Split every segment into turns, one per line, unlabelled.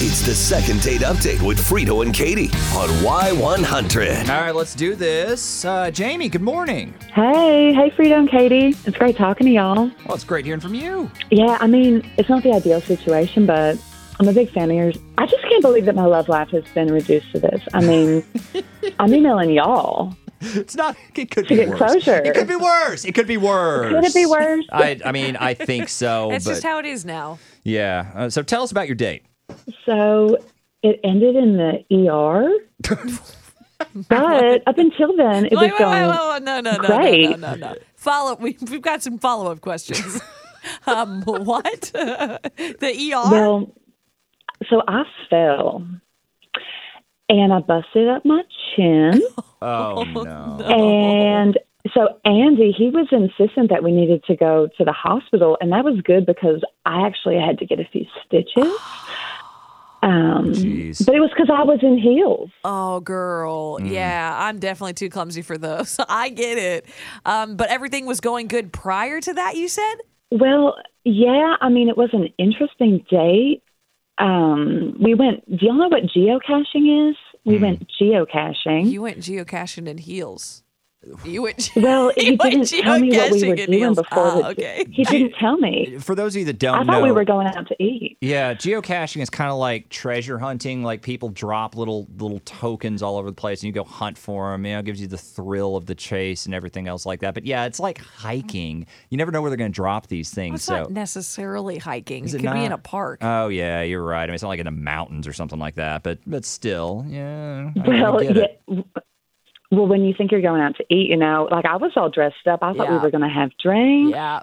It's the second date update with Frito and Katie on Y100.
All right, let's do this. Uh, Jamie, good morning.
Hey, hey, Freedom, Katie. It's great talking to y'all.
Well, it's great hearing from you.
Yeah, I mean, it's not the ideal situation, but I'm a big fan of yours. I just can't believe that my love life has been reduced to this. I mean, I'm emailing y'all.
It's not. It could
To
be
get
worse.
closure.
It could be worse. It could be worse.
Could it be worse?
I, I mean, I think so.
That's
but
just how it is now.
yeah. Uh, so tell us about your date.
So it ended in the ER. but up until then, it was
Wait, wait, wait,
going.
wait, wait, no, no, no, no, no,
great.
no, no. Follow. We, we've got some follow up questions. um, what? the ER?
Well, so I fell and I busted up my chin.
Oh, no.
And so Andy, he was insistent that we needed to go to the hospital, and that was good because I actually had to get a few stitches. Um,
Jeez.
but it was because I was in heels.
oh, girl.
Mm.
Yeah, I'm definitely too clumsy for those. I get it. Um, but everything was going good prior to that. You said.
Well, yeah, I mean, it was an interesting date. Um, we went. Do y'all know what geocaching is? We went geocaching.
Hmm. You went geocaching in heels. You went.
well,
you
he didn't
went
tell me what we
geocaching
were
in
doing
heels.
before.
Ah,
the-
okay. Oh,
He didn't tell me.
For those of you that
I
don't
thought
know,
we were going out to eat.
yeah, geocaching is kind of like treasure hunting. Like people drop little little tokens all over the place, and you go hunt for them. You know, it gives you the thrill of the chase and everything else like that. But yeah, it's like hiking. You never know where they're going to drop these things.
Well,
so
It's not necessarily hiking.
Is
it
it
could be in
not?
a park.
Oh yeah, you're right. I mean, it's not like in the mountains or something like that, but but still, yeah. I- I
Well,
get
yeah.
it.
Well, when you think you're going out to eat, you know, like I was all dressed up. I thought we
Yeah.
were going to have drinks.
yeah.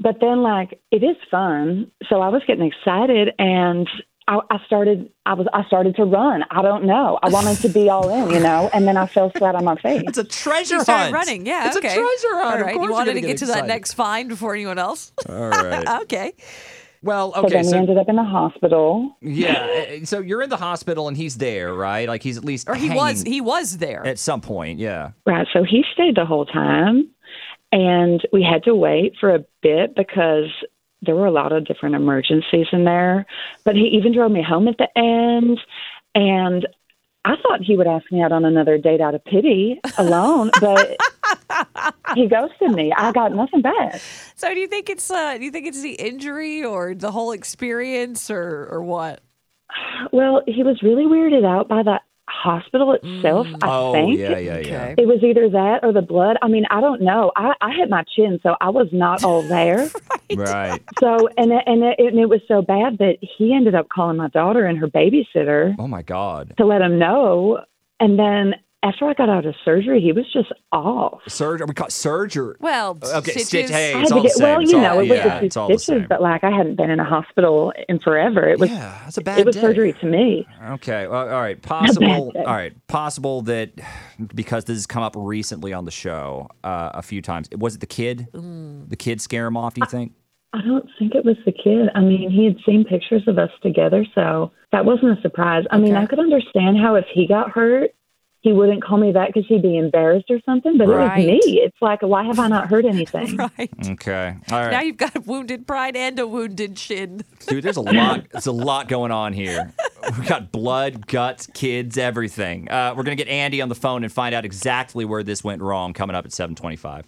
But then, like, it is fun. So I was getting excited and. I, I started. I was. I started to run. I don't know. I wanted to be all in, you know. And then I fell flat on my face.
It's a treasure
You started
hunt.
running. Yeah.
it's
okay.
a treasure hunt.
All
Of
right.
course
you
you're
wanted
gonna
to get, to
excited.
that next find before anyone else.
All right.
okay.
Well,
So
okay.
then we
So
ended up in the hospital.
yeah, uh, so you're in the hospital and he's there, right? Like he's at least
Or he
hanging
was. He was there.
at some point. Yeah.
Right. So he stayed the whole time, and we had to wait for a bit because there were a lot of different emergencies in there. But he even drove me home at the end, and I thought he would ask me out on another date out of pity alone, but he ghosted me. I got nothing back.
so do you think it's uh, do you think it's the injury or the whole experience or or what?
Well, he was really weirded out by the hospital itself. I
oh
think.
yeah, yeah, yeah.
Okay.
It was either that or the blood. I mean, I don't know. I, I hit my chin, so I was not all there.
Right.
So and it- and it, and it was so bad that he ended up calling my daughter and her babysitter
Oh my God.
to let him know. And then after I got out of surgery, he was just off.
Surge. Are we caught surge or?
Well,
Okay.
stitches.
Stitch. Hey,
I
it's
had
all the
to get
same.
well,
it's
you
all,
know, it
yeah,
was
it's
just
all the
stitches,
same.
but like I hadn't been in a hospital in forever. It was
yeah, that's a bad.
it was
day.
surgery to me.
Okay. Well, all right. Possible.
day.
All right. Possible that because this has come up recently on the show uh, a few times. Was it the kid?
Mm.
The kid scare him off? Do you think?
I don't think it was the kid. I mean, he had seen pictures of us together, so that wasn't a surprise. I mean, I could understand how if he got hurt, he wouldn't call me back because he'd be embarrassed or something. But
Right.
it was me. It's like, why have I not heard anything?
Right.
Okay. All
Now
right.
you've got a wounded pride and a wounded shin.
Dude, there's a lot. There's a lot going on here. We got blood, guts, kids, everything. Uh, we're gonna get Andy on the phone and find out exactly where this went wrong. Coming up at 7:25.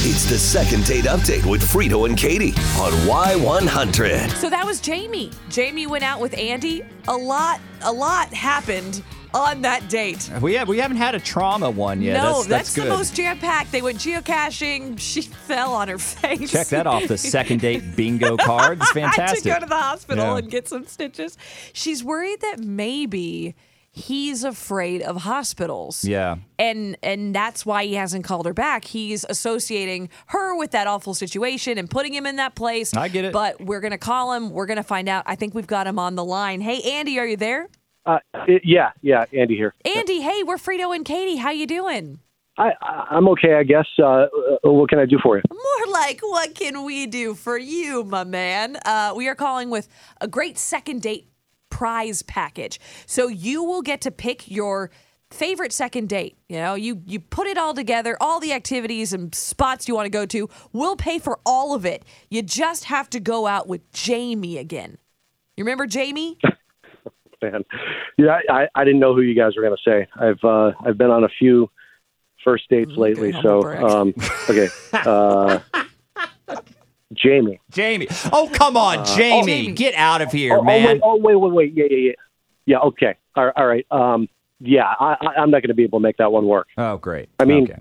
It's the second date update with Frito and Katie on Y100.
So that was Jamie. Jamie went out with Andy. A lot, a lot happened on that date.
We have we haven't had a trauma one yet.
no,
that's, that's,
the
good.
most jam packed. They went geocaching. She fell on her face.
Check that off the second date bingo card. It's fantastic.
I had to go to the hospital
Yeah.
and get some stitches. She's worried that maybe he's afraid of hospitals.
Yeah.
And and that's why he hasn't called her back. He's associating her with that awful situation and putting him in that place.
I get it.
But we're gonna call him. We're gonna find out. I think we've got him on the line. Hey, Andy, are you there?
Uh, it- yeah, yeah, Andy here.
Andy, hey, we're Frito and Katie. How you doing?
I, I I'm okay, I guess. Uh, uh, what can I do for you?
More like, what can we do for you, my man? Uh, we are calling with a great second date prize package. So you will get to pick your favorite second date. You know, you you put it all together, all the activities and spots you want to go to. We'll pay for all of it. You just have to go out with Jamie again. You remember Jamie?
man. Yeah, I, I didn't know who you guys were going to say. I've uh, I've been on a few first dates lately,
good humble
so
brag.
um, okay. Uh, Jamie.
Jamie. Oh, come on, Jamie.
Jamie.
Get out of here,
Uh, Oh, oh,
man.
wait, oh wait, wait, wait. Yeah, yeah, yeah. Yeah. Okay. All right. All right. Um, yeah, I, I- I'm not going to be able to make that one work.
Oh, great.
I mean-
Okay.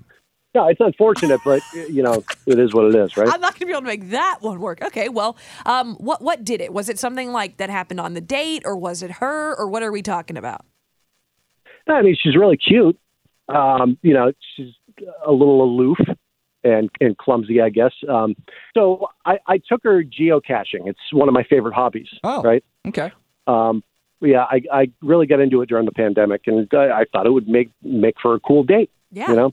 No, it's unfortunate, but you know, it is what it is, right?
I'm not going to be able to make that one work. Okay, well, um, what what did it? Was it something like that happened on the date, or was it her, or what are we talking about?
I mean, she's really cute. Um, you know, she's a little aloof and and clumsy, I guess. Um, so I, I took her geocaching. It's one of my favorite hobbies.
Oh.
Right.
okay.
Um, yeah, I, I really got into it during the pandemic, and I, I thought it would make make for a cool date.
Yeah.
You know.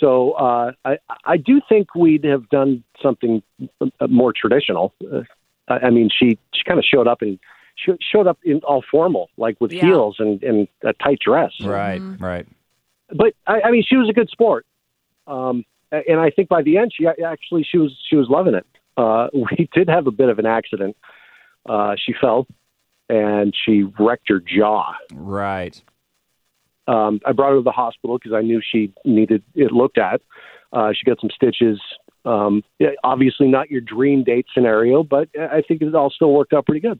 So uh, I I do think we'd have done something uh, more traditional. Uh, I I mean, she she kind of showed up and she showed up in all formal, like with
Yeah.
heels and and a tight dress
Right,
Mm-hmm.
right.
but I, I mean, she was a good sport, um, a- and I think by the end, she a- actually she was she was loving it. Uh, we did have a bit of an accident. Uh, she fell, and she wrecked her jaw.
Right.
Um, I brought her to the hospital because I knew she needed it looked at. Uh, she got some stitches. Um, yeah, obviously, not your dream date scenario, but uh, I I think it all still worked out pretty good.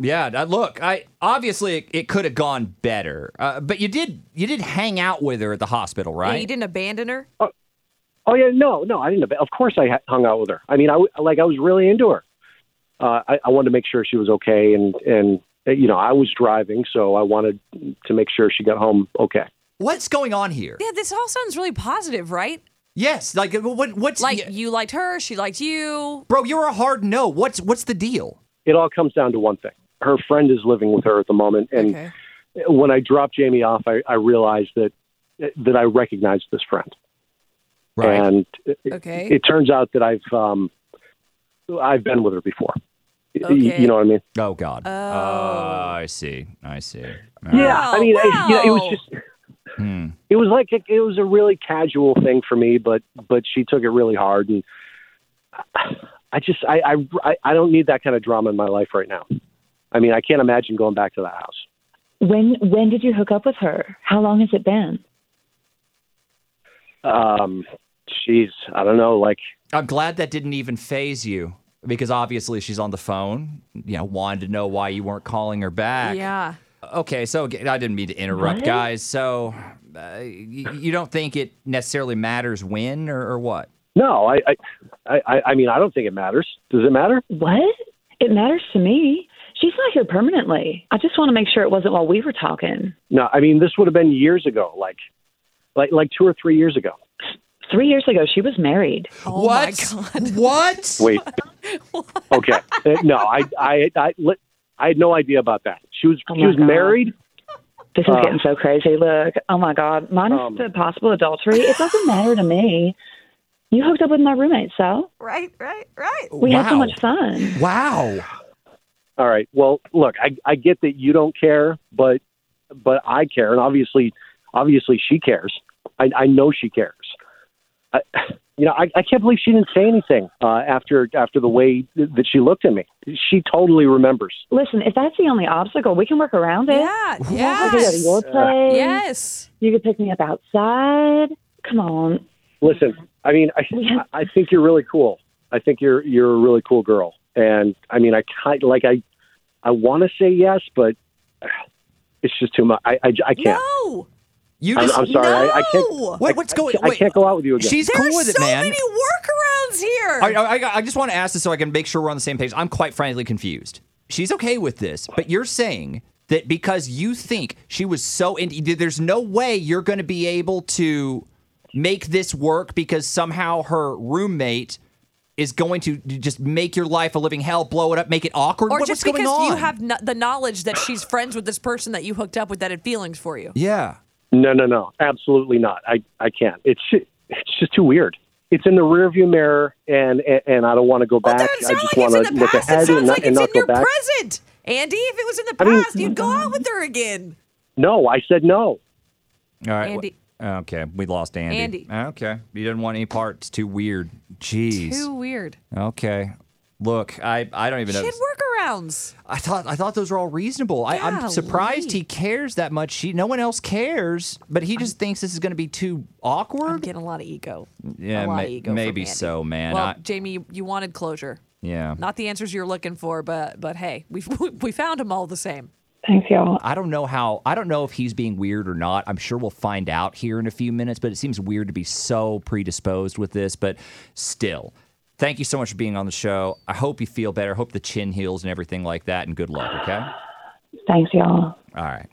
Yeah, that- look, I obviously it, it could have gone better. Uh, but you did you did hang out with her at the hospital,
Yeah,
right?
you didn't abandon her.
Oh yeah, no, no, I didn't. Of course, I ha- hung out with her. I mean, I w- like I was really into her. Uh, I, I wanted to make sure she was okay, and and uh, you know, I was driving, so I wanted to make sure she got home okay.
What's going on here?
Yeah, this all sounds really positive, right?
Yes, like uh, what what's
Like
yeah,
you liked her, she liked you.
Bro, you're a hard no. What's what's the deal?
It all comes down to one thing: her friend is living with her at the moment, and
Okay.
when I dropped Jamie off, I, I realized that that I recognized this friend, and it,
Okay.
it turns out that I've um, I've been with her before. Y- y-
Okay.
You know what I mean?
oh god. Oh, I see. I see. All
Yeah,
right.
I mean, I, you know, it
wow.
was just.
Hmm.
It was like it, it was a really casual thing for me, but but she took it really hard, and I just I I- I I don't need that kind of drama in my life right now. I mean, I can't imagine going back to that house.
When when did you hook up with her? How long has it been?
Um, jeez, I don't know. Like,
I'm glad that didn't even phase you because obviously she's on the phone. You know, wanted to know why you weren't calling her back.
Yeah.
Okay, so again, I didn't mean to interrupt,
What?
guys. So uh, y- you don't think it necessarily matters when or, or what?
no, I I I, I mean, I don't think it matters. Does it matter?
What? It matters to me. She's not here permanently. I just want to make sure it wasn't while we were talking.
No, I mean, this would have been years ago, like like like two or three years ago.
Three years ago, she was married.
Oh
what?
my god.
What?
Wait. okay. Uh, No, I, I, I, li- I had no idea about that. She was,
Oh
she
my
was
God.
married.
This is getting so crazy. Look, oh my God, minus
Um,
the possible adultery, it doesn't matter to me. You hooked up with my roommate, so
Right, right, right.
we
wow.
had so much fun.
Wow.
All right. Well, look, I, I get that you don't care, but, but I care, and obviously, obviously she cares. I, I know she cares. I, you know, I, I can't believe she didn't say anything uh, after after the way that she looked at me. She totally remembers.
Listen, if that's the only obstacle, we can work around it. I
Yeah.
could go to
Yes.
your place.
Yes.
You could pick me up outside. Come on.
Listen, I mean, I,
Yeah.
I think you're really cool. I think you're you're a really cool girl, and I mean, I kind like I I want to say yes, but it's just too much. I I, I can't.
No.
You
I'm,
just
I'm sorry. I, I can't.
No.
What- what's going?
I
wait,
can't go out with you again.
She's
There
cool
are
with
so
it, man.
many workarounds here.
I, I, I just want to ask this so I can make sure we're on the same page. I'm quite frankly confused. She's okay with this, but you're saying that because you think she was so in, there's no way you're going to be able to make this work because somehow her roommate is going to just make your life a living hell, blow it up, make it awkward.
or
What-
just
what's
because
going on?
you have no- the knowledge that she's friends with this person that you hooked up with that had feelings for you.
yeah.
no, no, no. Absolutely not. I I can't. It's ju- it's just too weird. It's in the rearview mirror, and and, and I don't want to go
Well,
back.
doesn't
I
sound like
just want
it's
to
in the
look
past.
ahead
it sounds
and,
like
and
it's
not
in
go
your
back.
present. Andy, if it was in the
I mean-
past, you'd go out with her again.
No, I said no.
All right.
Andy.
Okay, we lost Andy.
Andy.
Okay, you didn't want any parts. Too weird. Jeez.
Too weird.
Okay. Look, I, I don't even
She
know.
had workarounds.
I thought I thought those were all reasonable. I, I'm surprised
Golly.
he cares that much. He, no one else cares, but he just thinks this is going to be too
I'm
awkward.
getting a lot of ego.
Yeah,
a lot
may-
of ego from
maybe
Andy.
so, man.
Well,
I-
Jamie, you, you wanted closure.
yeah.
Not the answers you're looking for, but but hey, we we found them all the same.
Thanks, y'all.
I don't know how. I don't know if he's being weird or not. I'm sure we'll find out here in a few minutes. But it seems weird to be so predisposed with this. But still, thank you so much for being on the show. I hope you feel better. Hope the chin heals and everything like that. And good luck. Okay.
Thanks, y'all.
All right.